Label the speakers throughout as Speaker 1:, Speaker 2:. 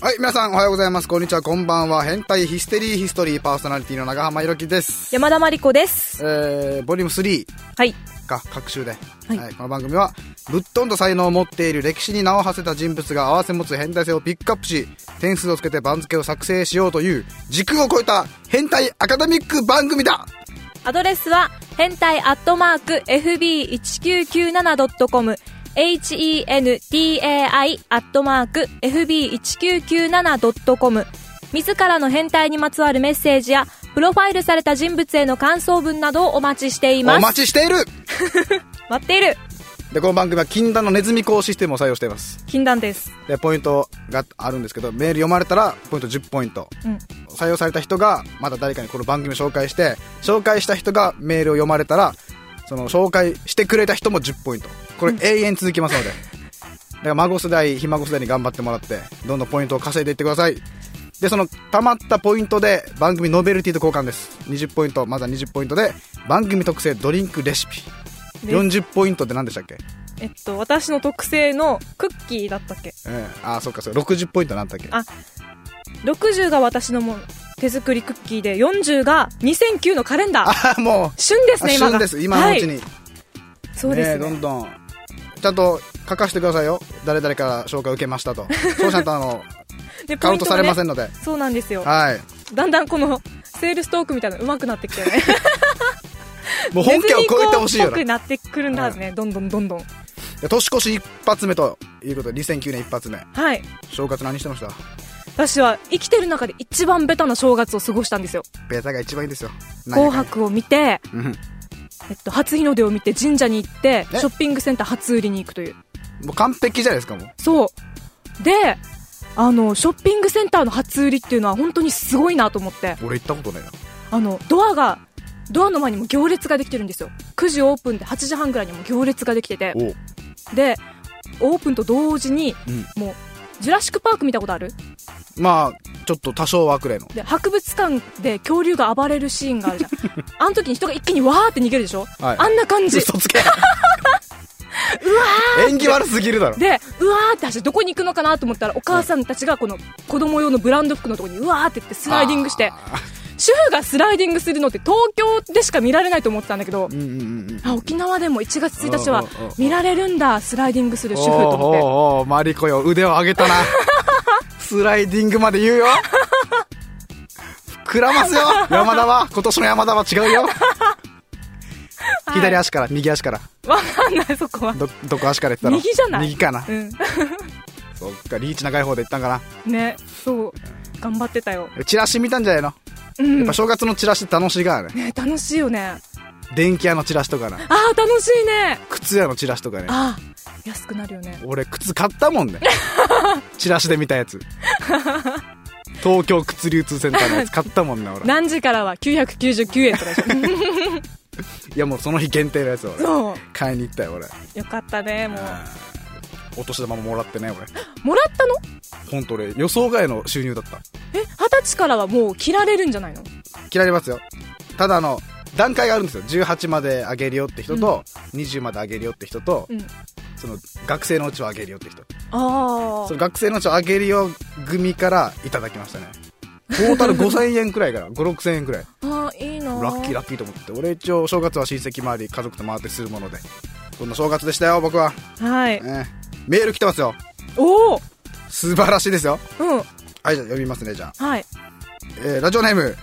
Speaker 1: はい、皆さんおはようございます。こんにちは、こんばんは。変態ヒステリーヒストリーパーソナリティの長浜ひろきです。
Speaker 2: 山田真理子です。
Speaker 1: えー、ボリューム3
Speaker 2: はい。
Speaker 1: が各週で、は、
Speaker 2: はいい
Speaker 1: この番組は、ぶっ飛んだ才能を持っている歴史に名を馳せた人物が合わせ持つ変態性をピックアップし、点数をつけて番付を作成しようという、時空を超えた変態アカデミック番組だ
Speaker 2: アドレスは、変態アットマーク FB1997.com、hentai アットマーク FB1997.com、自らの変態にまつわるメッセージや、プロファイルされた人物への感想文などをお待ちしてい
Speaker 1: お
Speaker 2: ます。
Speaker 1: 待ちしている
Speaker 2: 待っている
Speaker 1: で、この番組は禁断のネズミ講システムを採用しています。
Speaker 2: 禁断です。
Speaker 1: で、ポイントがあるんですけど、メール読まれたら、ポイント10ポイント。
Speaker 2: うん。
Speaker 1: 採用された人がまた誰かにこの番組を紹介して紹介した人がメールを読まれたらその紹介してくれた人も10ポイントこれ永遠続きますので、だから孫世代ひ孫世代に頑張ってもらってどんどんポイントを稼いでいってくださいでその溜まったポイントで番組ノベルティと交換です20ポイントまずは20ポイントで番組特製ドリンクレシピ
Speaker 2: で
Speaker 1: 40ポイントって何でしたっけ、
Speaker 2: えっと、私の特製のクッキーだったっけ
Speaker 1: うん、ああそっかそう60ポイントなんだっけ
Speaker 2: あ60が私のもう手作りクッキーで40が2009のカレンダー
Speaker 1: あーもう
Speaker 2: 旬です
Speaker 1: あ
Speaker 2: ね今が
Speaker 1: 旬です今のうちに、
Speaker 2: はい、そうです
Speaker 1: ど
Speaker 2: ね
Speaker 1: んどんちゃんと書かせてくださいよ誰々から紹介受けま したとそうしないとあの
Speaker 2: で
Speaker 1: カウントされませ
Speaker 2: ん
Speaker 1: んので、
Speaker 2: そうなんですよ
Speaker 1: はい
Speaker 2: だんだんこのセールストークみたいなの上手くなってきてね
Speaker 1: もう 本家を超えてほしいよな
Speaker 2: ネズミ講っぽくなってくるんだね、どんどんどんどん
Speaker 1: で年越し一発目ということで2009年一発目
Speaker 2: はい
Speaker 1: 正月何してました
Speaker 2: 私は生きてる中で一番ベタな正月を過ごしたんですよ
Speaker 1: ベタが一番いいんですよ
Speaker 2: 「紅白」を見て、
Speaker 1: 何やかんや
Speaker 2: えっと、初日の出を見て神社に行って
Speaker 1: え
Speaker 2: ショッピングセンター初売りに行くという
Speaker 1: うんもう完璧じゃないですかもう
Speaker 2: そうであのショッピングセンターの初売りっていうのは本当にすごいなと思って
Speaker 1: 俺行ったことないな
Speaker 2: あのドアがドアの前にも行列ができてるんですよ9時オープンで8時半ぐらいにも行列ができてて
Speaker 1: おう
Speaker 2: でオープンと同時に
Speaker 1: うん
Speaker 2: もうジュラシック・パーク見たことある
Speaker 1: まあちょっと多少はくらいの
Speaker 2: で博物館で恐竜が暴れるシーンがあるじ ゃんあの時に人が一気にわーって逃げるでしょ、
Speaker 1: はい
Speaker 2: あんな感じ
Speaker 1: 嘘つ けうわ 演技悪すぎるだろ
Speaker 2: でうわーって走ってどこに行くのかなと思ったらお母さんたちがこの子供用のブランド服のとこにうわーって言ってスライディングして
Speaker 1: あ
Speaker 2: 主婦がスライディングするのって東京でしか見られないと思ってたんだけど
Speaker 1: ーうんうんうんうん
Speaker 2: あ沖縄でも1月1日は
Speaker 1: おうおうおう
Speaker 2: 見られるんだスライディングする主
Speaker 1: お
Speaker 2: 婦と
Speaker 1: おう
Speaker 2: 思っ
Speaker 1: おうおうマリコよ腕を上げた なスライディングまで言うよ膨らますよ山田は今年の山田は違う よ
Speaker 2: て
Speaker 1: 左足から右足から
Speaker 2: はいわかんないそこは
Speaker 1: どどこ足から言ってたの
Speaker 2: 右じゃない
Speaker 1: 右かな
Speaker 2: う
Speaker 1: そっかリーチ長い方で行ったんかなん
Speaker 2: ねそう頑張ってたよ
Speaker 1: チラシ見たんじゃないの、
Speaker 2: うん
Speaker 1: やっぱ正月のチラシって楽しいからね
Speaker 2: ね楽しいよね
Speaker 1: 電気屋のチラシとかな
Speaker 2: あー楽しいね
Speaker 1: 靴屋のチラシとかね
Speaker 2: あー安くなるよね
Speaker 1: 俺靴買ったもん ねチラシで見たやつ東京靴流通センターのやつ買ったもんな俺
Speaker 2: 何時からは999円とかでしょ
Speaker 1: いやもうその日限定のやつ 俺
Speaker 2: そ
Speaker 1: 買いに行ったよ俺
Speaker 2: うよかったねもう
Speaker 1: お年玉ももらってね俺
Speaker 2: もらったの
Speaker 1: 本当俺予想外の収入だった
Speaker 2: え二十歳からはもう着られるんじゃないの
Speaker 1: 嫌いれますよただあの段階があるんですよ18まで上げるよって人と、20まで上げるよって人と、
Speaker 2: うん
Speaker 1: その学生のうちは上げるよって人
Speaker 2: あ
Speaker 1: その
Speaker 2: あ
Speaker 1: 学生のうちは上げるよ組からいただきましたねトータル5000円くらいから56000 円くらい
Speaker 2: あーいいな
Speaker 1: ラッキーラッキーと思って俺一応正月は親戚回り家族と回ってするものでこんな正月でしたよ僕は、
Speaker 2: はい
Speaker 1: ええメール来てますよ
Speaker 2: おお
Speaker 1: 素晴らしいですよ
Speaker 2: うん
Speaker 1: はいじゃあ読みますねじゃあ
Speaker 2: はい
Speaker 1: えーラジオネーム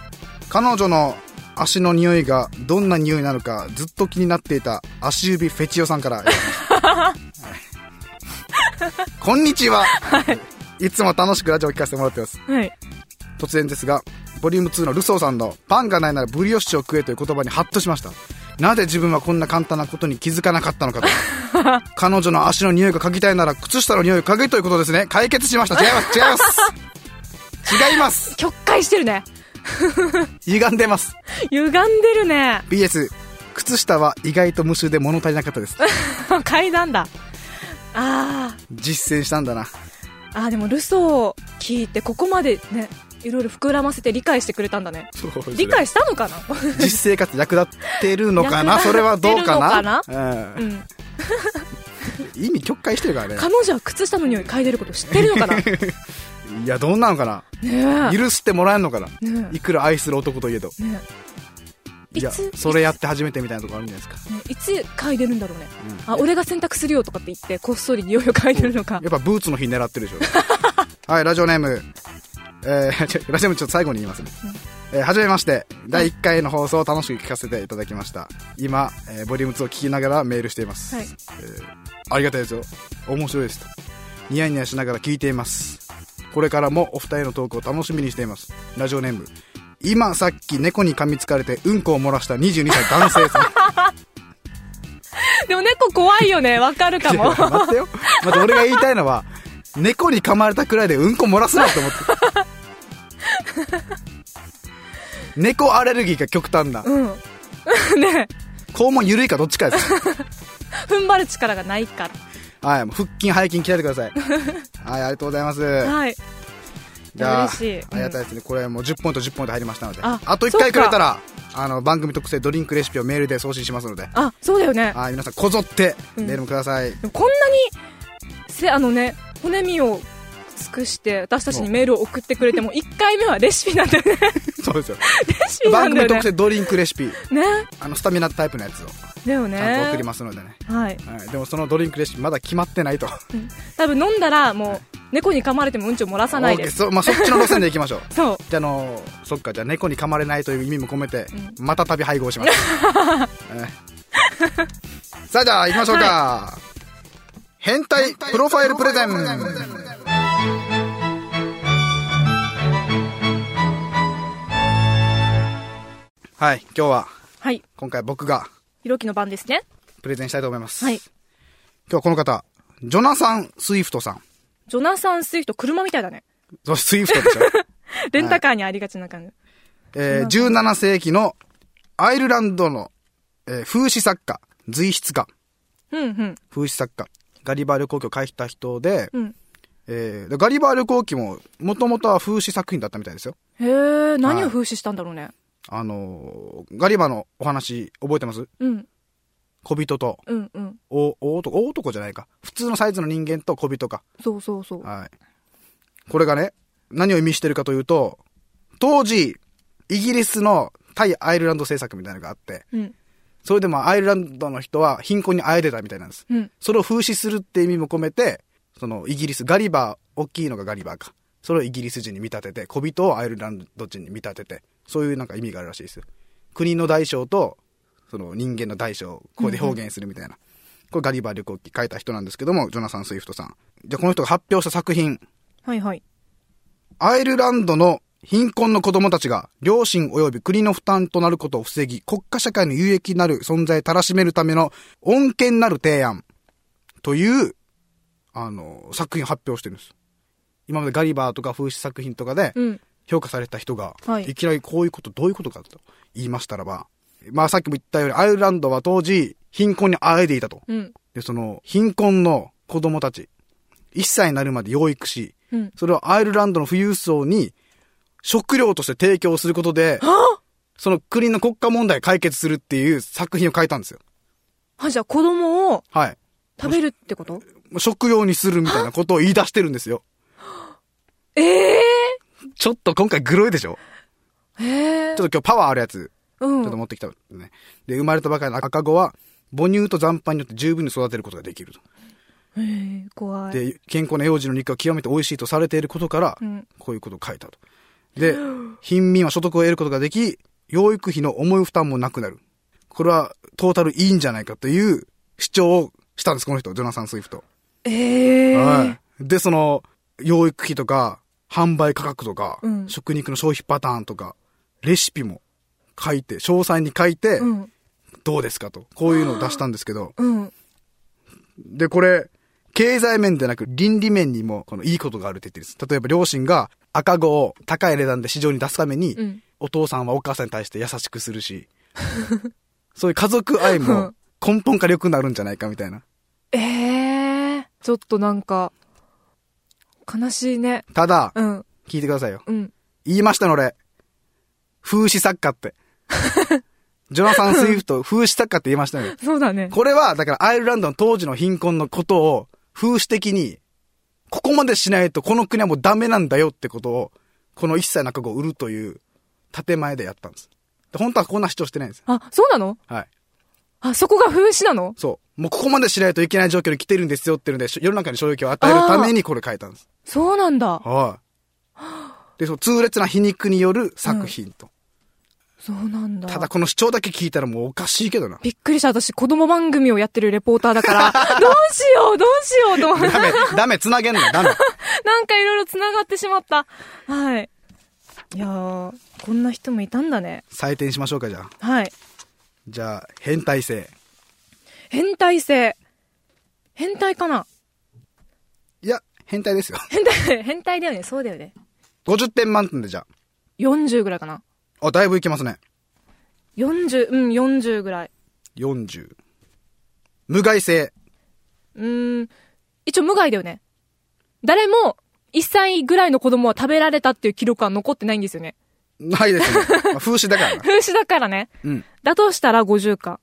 Speaker 1: 彼女の足の匂いがどんな匂いなのかずっと気になっていた足指フェチオさんからいただきました、はいこんにちは、い、つも楽しくラジオを聞かせてもらってます
Speaker 2: はい
Speaker 1: 突然ですがボリューム2のルソーさんの「パンがないならブリオッシュを食え」という言葉にハッとしましたなぜ自分はこんな簡単なことに気づかなかったのかと彼女の足の匂いが嗅ぎたいなら靴下の匂いを嗅げということですね解決しました違います違います違います
Speaker 2: 曲解してるね
Speaker 1: 歪んでます
Speaker 2: 歪んでるね
Speaker 1: BS 靴下は意外と無臭で物足りなかった です
Speaker 2: 階段だあ
Speaker 1: 実践したんだな
Speaker 2: ーあーでもルソーを聞いてここまでねいろいろ膨らませて理解してくれたんだね理 解したのかな
Speaker 1: 実生活役立ってるのかな
Speaker 2: 役
Speaker 1: そ
Speaker 2: 立って
Speaker 1: れ
Speaker 2: る
Speaker 1: は
Speaker 2: のか
Speaker 1: ど
Speaker 2: な
Speaker 1: うかなう
Speaker 2: うんん
Speaker 1: 意味曲解してるからね
Speaker 2: 彼女は靴下の匂い嗅いでること知ってるのかな
Speaker 1: ういや、どんなのかな
Speaker 2: ね
Speaker 1: 許してもらえんのかな
Speaker 2: えね
Speaker 1: いくら愛する男といえど。
Speaker 2: えねえ
Speaker 1: いや、
Speaker 2: つ
Speaker 1: それやって初めてみたいなとこあるんじゃないですか。
Speaker 2: ねいつ嗅いでるんだろうね、
Speaker 1: うん
Speaker 2: あ俺が洗濯するよとかって言ってこっそり匂いを嗅いでるのか
Speaker 1: やっぱブーツの日狙ってるでしょ。 はい、ラジオネーム。えー、 ちょラジオネームちょっと最後に言いますね。えーはじめまして。第1回の放送を楽しく聞かせていただきました。今、えーボリューム2を聞きながらメールしています。
Speaker 2: はい
Speaker 1: ありがたいですよ。面白いですと。ニヤニヤしながら聞いています。これからもお二人のトークを楽しみにしています。ラジオネーム。今さっき猫に噛みつかれてうんこを漏らした22歳男性さん。
Speaker 2: でも猫怖いよねわかるかも
Speaker 1: 待ってよ。まず俺が言いたいのは、猫に噛まれたくらいでうんこ漏らすなと思って。猫アレルギーが極端な。
Speaker 2: うん ねえ
Speaker 1: 肛門緩いかどっちかです。
Speaker 2: 踏ん張る力がないから
Speaker 1: はい、もう腹筋、背筋鍛えてください。はい、ありがとうございます。
Speaker 2: はい
Speaker 1: じゃあ、
Speaker 2: 嬉しいうん
Speaker 1: ありがたいですね。これもう10ポイント10ポイント入りましたので。あ
Speaker 2: あ
Speaker 1: と1回くれたら、あの、番組特製ドリンクレシピをメールで送信しますので。
Speaker 2: あそうだよね
Speaker 1: はい、皆さんこぞって
Speaker 2: う
Speaker 1: メ
Speaker 2: ん
Speaker 1: ールもくだ さい。
Speaker 2: でもこんなにせあのね骨身を尽くして私たちにメールを送ってくれ ても1回目はレシピなんだよね
Speaker 1: そうですよ。
Speaker 2: レシピな
Speaker 1: 番
Speaker 2: ん
Speaker 1: 組
Speaker 2: だよ
Speaker 1: 特
Speaker 2: ね
Speaker 1: 製ドリンクレシピ、
Speaker 2: ね
Speaker 1: あの、スタミナタイプのやつを
Speaker 2: だよ
Speaker 1: ちゃんと送り
Speaker 2: ね
Speaker 1: ますのでね。
Speaker 2: はい
Speaker 1: はい、でもそのドリンクレシピまだ決まって ないと。
Speaker 2: 多分飲んだらもう猫に噛まれてもうんちを漏らさないで
Speaker 1: OK
Speaker 2: す
Speaker 1: そうまあ、そっちの路線でいきましょう。
Speaker 2: そう
Speaker 1: じゃあ、あのそっか、じゃあ猫に噛まれないという意味も込めて、
Speaker 2: う
Speaker 1: また旅配合し ます。ええさあ、じゃあ行きましょうか。変態プロファイルプレゼン。はい、今日は、
Speaker 2: はい
Speaker 1: 今回僕が
Speaker 2: ひろきの番ですね
Speaker 1: プレゼンしたいと思います。
Speaker 2: はい
Speaker 1: 今日はこの方、ジョナサン・スイフトさん。
Speaker 2: ジョナサン・スイフト車みたいだね
Speaker 1: そう、スイフトでしょ。
Speaker 2: レンタカーにありがちな感じ
Speaker 1: えー17世紀のアイルランドの、えー風刺作家、随筆家、
Speaker 2: うんうん
Speaker 1: 風刺作家、ガリバー旅行記を書いた人で、
Speaker 2: うん
Speaker 1: えーでガリバー旅行記も、もともとは風刺作品だったみたいですよ。
Speaker 2: へえ何を風刺したんだろうね
Speaker 1: あのーガリバーのお話、覚えてます
Speaker 2: うん
Speaker 1: 小人と、
Speaker 2: うんうん
Speaker 1: お、大男、大男じゃないか。普通のサイズの人間と小人か。
Speaker 2: そうそうそう
Speaker 1: はい。これがね、何を意味してるかというと、当時、イギリスの対アイルランド政策みたいなのがあって、
Speaker 2: うん
Speaker 1: それでもアイルランドの人は貧困にあえてたみたいなんです。
Speaker 2: うん
Speaker 1: それを風刺するって意味も込めて、そのイギリス、ガリバー、大きいのがガリバーか。それをイギリス人に見立てて、小人をアイルランド人に見立てて、そういうなんか意味があるらしいですよ。国の大小と、その人間の大小をここで表現するみたいな。これガリバー旅行記書いた人なんですけども、ジョナサン・スウィフトさん。じゃあこの人が発表した作品、
Speaker 2: はいはい
Speaker 1: アイルランドの貧困の子供たちが両親及び国の負担となることを防ぎ、国家社会の有益なる存在たらしめるための恩恵なる提案という、あの、作品を発表してるんです。今までガリバーとか風刺作品とかで
Speaker 2: うん
Speaker 1: 評価された人が、
Speaker 2: はい
Speaker 1: い、きなりこういうことどういうことかと言いましたらば、まあさっきも言ったようにアイルランドは当時貧困にあえていたと。
Speaker 2: うん
Speaker 1: で、その貧困の子供たち、1歳になるまで養育し、
Speaker 2: うん
Speaker 1: それをアイルランドの富裕層に食料として提供することで、その国の国家問題を解決するっていう作品を書いたんですよ。
Speaker 2: あじゃあ子供を
Speaker 1: はい。
Speaker 2: 食べるってこと
Speaker 1: もう食用にするみたいなことを言い出してるんですよ。
Speaker 2: ええ
Speaker 1: ちょっと今回グロいでしょ
Speaker 2: ええ
Speaker 1: ちょっと今日パワーあるやつ、ち
Speaker 2: うん
Speaker 1: ょっと持ってきたね。で、生まれたばかりの赤子は、母乳と残飯によって十分に育てることができると。
Speaker 2: ええ怖い
Speaker 1: で、健康な幼児の肉が極めて美味しいとされていることから、
Speaker 2: うん
Speaker 1: こういうことを書いたと。で、貧民は所得を得ることができ、養育費の重い負担もなくなる。これはトータルいいんじゃないかという主張をしたんです、この人、ジョナサン・スイフト。
Speaker 2: ええ
Speaker 1: はい。で、その、養育費とか、販売価格とか、
Speaker 2: うん
Speaker 1: 食肉の消費パターンとか、レシピも書いて、詳細に書いて、
Speaker 2: うん
Speaker 1: どうですかと。こういうのを出したんですけど、
Speaker 2: うん
Speaker 1: で、これ、経済面でなく倫理面にも、このいいことがあるって言ってるんです。例えば両親が赤子を高い値段で市場に出すために、
Speaker 2: うん
Speaker 1: お父さんはお母さんに対して優しくするし、 そういう家族愛
Speaker 2: う
Speaker 1: も
Speaker 2: ん
Speaker 1: 根本から良くなるんじゃないかみたいな。
Speaker 2: ええちょっとなんか悲しいね
Speaker 1: ただ、
Speaker 2: うん
Speaker 1: 聞いてくださいよ。
Speaker 2: うん
Speaker 1: 言いましたの俺。風刺作家って。 ジョナサン・スイフト、風刺作家って言いましたよ。
Speaker 2: そうだね
Speaker 1: これは、だからアイルランドの当時の貧困のことを、風刺的にここまでしないとこの国はもうダメなんだよってことを、この一切中子を売るという建前でやったんです。で本当はこんな主張してないんです。
Speaker 2: あ、そうなの
Speaker 1: はい。
Speaker 2: あ、そこが風刺なの
Speaker 1: そう。もうここまでしないといけない状況に来てるんですよっていうので、し世の中に衝撃を与えるためにこれ書いたんです。
Speaker 2: そうなんだ。
Speaker 1: はい。で、その痛烈な皮肉による作品と。
Speaker 2: そうなんだ。
Speaker 1: ただこの主張だけ聞いたらもうおかしいけどな。
Speaker 2: びっくりした。私、子供番組をやってるレポーター だから、どうしよう、どうしようと思って、
Speaker 1: ダメ、ダメ、繋げんの、ダメ。
Speaker 2: なんかいろいろ繋がってしまった。はい。いやー、こんな人もいたんだね。
Speaker 1: 採点しましょうか、じゃあ。
Speaker 2: はい。
Speaker 1: じゃあ、変態性。
Speaker 2: 変態性。変態かない
Speaker 1: や、変態ですよ。
Speaker 2: 変態、 変態だよね。そうだよね。
Speaker 1: 50点満点で、じゃ
Speaker 2: 40ぐらいかな。
Speaker 1: あ。あ、だいぶいけますね。
Speaker 2: 40、うん、40ぐらい。
Speaker 1: 40。無害性。
Speaker 2: うーん。一応無害だよね。誰も、1歳ぐらいの子供は食べられたっていう記録は残ってないんですよね。
Speaker 1: ないですね。 まあ風刺だからな。
Speaker 2: 風刺だからね。
Speaker 1: うん。
Speaker 2: だとしたら50か。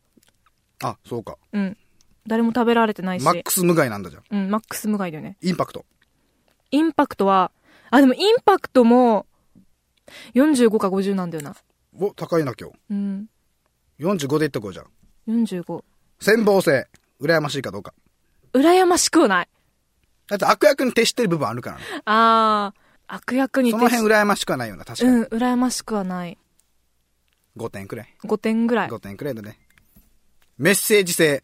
Speaker 1: あ、そうか。
Speaker 2: うん。誰も食べられてないし。
Speaker 1: マックス無害なんだじゃん。
Speaker 2: うん、マックス無害だよね。
Speaker 1: インパクト。
Speaker 2: インパクトは、あ、でもインパクトも、45か50なんだよな。
Speaker 1: お、高いな、今日。
Speaker 2: うん。
Speaker 1: 45でいっとこうじゃん。
Speaker 2: 45。
Speaker 1: 戦望性。羨ましいかどうか。
Speaker 2: 羨ましくはない。
Speaker 1: だって悪役に徹してる部分あるからね。
Speaker 2: あー、悪役に
Speaker 1: その
Speaker 2: 徹し
Speaker 1: 辺羨ましくはないよな、確か
Speaker 2: う
Speaker 1: に。
Speaker 2: ん、羨ましくはない。
Speaker 1: 5点くらい。
Speaker 2: 5点ぐらい。
Speaker 1: 5点くらいだね。メッセージ性。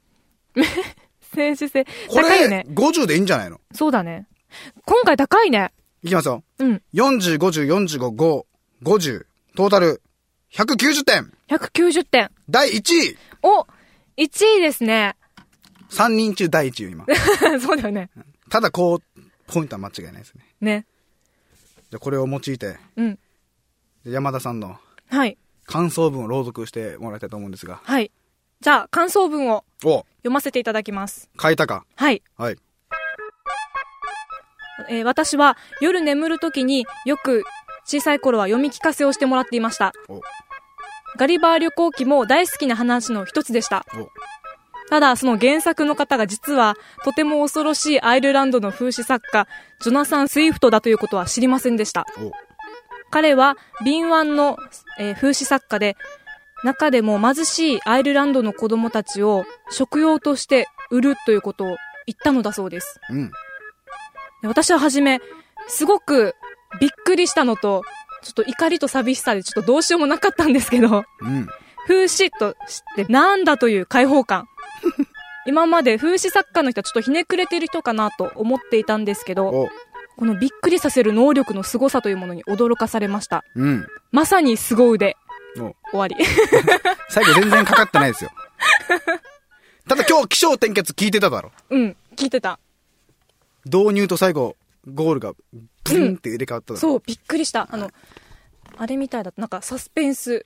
Speaker 2: 選手性。
Speaker 1: こ
Speaker 2: 高い
Speaker 1: れ、
Speaker 2: よね。
Speaker 1: 50でいいんじゃないの
Speaker 2: そうだね。今回高いね。
Speaker 1: いきますよ。
Speaker 2: うん。
Speaker 1: 40、50、45、5、50。トータル、190点。
Speaker 2: 190点。
Speaker 1: 第1位。
Speaker 2: お !1 位ですね。
Speaker 1: 3人中第1位よ、今。
Speaker 2: そうだよね。
Speaker 1: ただ、こう、ポイントは間違いないですね。
Speaker 2: ね。
Speaker 1: じゃあこれを用いて、
Speaker 2: うん。
Speaker 1: 山田さんの
Speaker 2: はい。
Speaker 1: 感想文を朗読してもらいたいと思うんですが。
Speaker 2: はい。じゃあ、感想文を
Speaker 1: お
Speaker 2: 読ませていただきます。
Speaker 1: 書いたか。
Speaker 2: はい。
Speaker 1: はい。
Speaker 2: えー私は夜眠るときによく小さい頃は読み聞かせをしてもらっていました。
Speaker 1: お、お、
Speaker 2: ガリバー旅行記も大好きな話の一つでした。ただ、その原作の方が実はとても恐ろしいアイルランドの風刺作家、ジョナサン・スイフトだということは知りませんでした。
Speaker 1: お、
Speaker 2: 彼は敏腕の、えー風刺作家で、中でも貧しいアイルランドの子供たちを食用として売るということを言ったのだそうです。
Speaker 1: うん。
Speaker 2: で私は初め、すごくびっくりしたのと、ちょっと怒りと寂しさでちょっとどうしようもなかったんですけど、
Speaker 1: うん。
Speaker 2: 風刺と知ってなんだという解放感。 今まで風刺作家の人はちょっとひねくれてる人かなと思っていたんですけど、
Speaker 1: お、
Speaker 2: このびっくりさせる能力の凄さというものに驚かされました。
Speaker 1: うん。
Speaker 2: まさに凄腕。
Speaker 1: お。
Speaker 2: 終わり。
Speaker 1: 最後全然かかってないですよ。 ただ今日、気象転結聞いてただろ。
Speaker 2: うん、聞いてた。
Speaker 1: 導入と最後、ゴールが、ブンって入れ替わっただろ。
Speaker 2: そう、びっくりした。あの、あれみたいだった。なんかサスペンス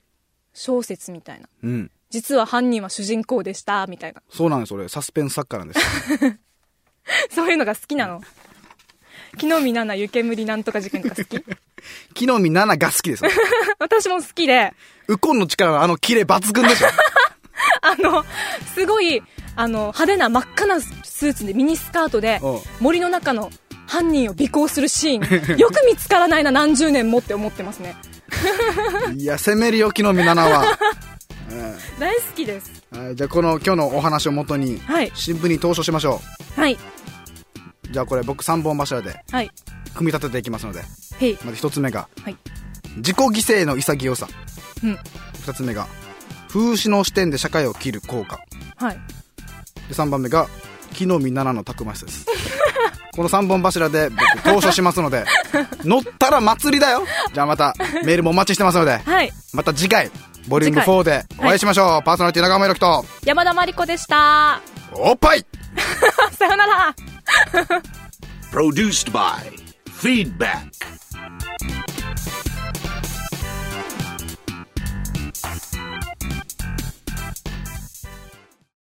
Speaker 2: 小説みたいな。
Speaker 1: うん。
Speaker 2: 実は犯人は主人公でした、みたいな。
Speaker 1: そうなんです、俺。サスペンス作家なんです。
Speaker 2: そういうのが好きなの。木の実奈々湯煙なんとか事件とか好き
Speaker 1: 木の実7が好きです。
Speaker 2: 私も好きで、
Speaker 1: ウコンの力のあのキレ抜群でしょ。
Speaker 2: あの、すごい、あの、派手な真っ赤なスーツでミニスカートで
Speaker 1: おう、
Speaker 2: 森の中の犯人を尾行するシーン、 よく見つからないな、何十年もって思ってますね。
Speaker 1: いや、攻めるよ、木の実7は。
Speaker 2: 大好きです。
Speaker 1: うんはいじゃあ、この今日のお話をもとに、
Speaker 2: はい。
Speaker 1: 新聞に投書しましょ
Speaker 2: はい。
Speaker 1: う。じゃあ、これ僕3本柱で
Speaker 2: はい。
Speaker 1: 組み立てていきますので。
Speaker 2: へい。
Speaker 1: まず1つ目が、
Speaker 2: はい。
Speaker 1: 自己犠牲の潔さ。
Speaker 2: うん。
Speaker 1: 2つ目が、風刺の視点で社会を切る効果。
Speaker 2: はい。
Speaker 1: で3番目が木の実奈々のたくましさです この3本柱で僕投書しますので乗ったら祭りだよじゃあまたメールもお待ちしてますので
Speaker 2: はい。
Speaker 1: また次回ボリューム
Speaker 2: 次回
Speaker 1: 4でお会いしましょう、パーソナリティ長山宏樹
Speaker 2: 山田真理子でした。
Speaker 1: とおっぱい
Speaker 2: さよなら
Speaker 3: Produced by Feedback.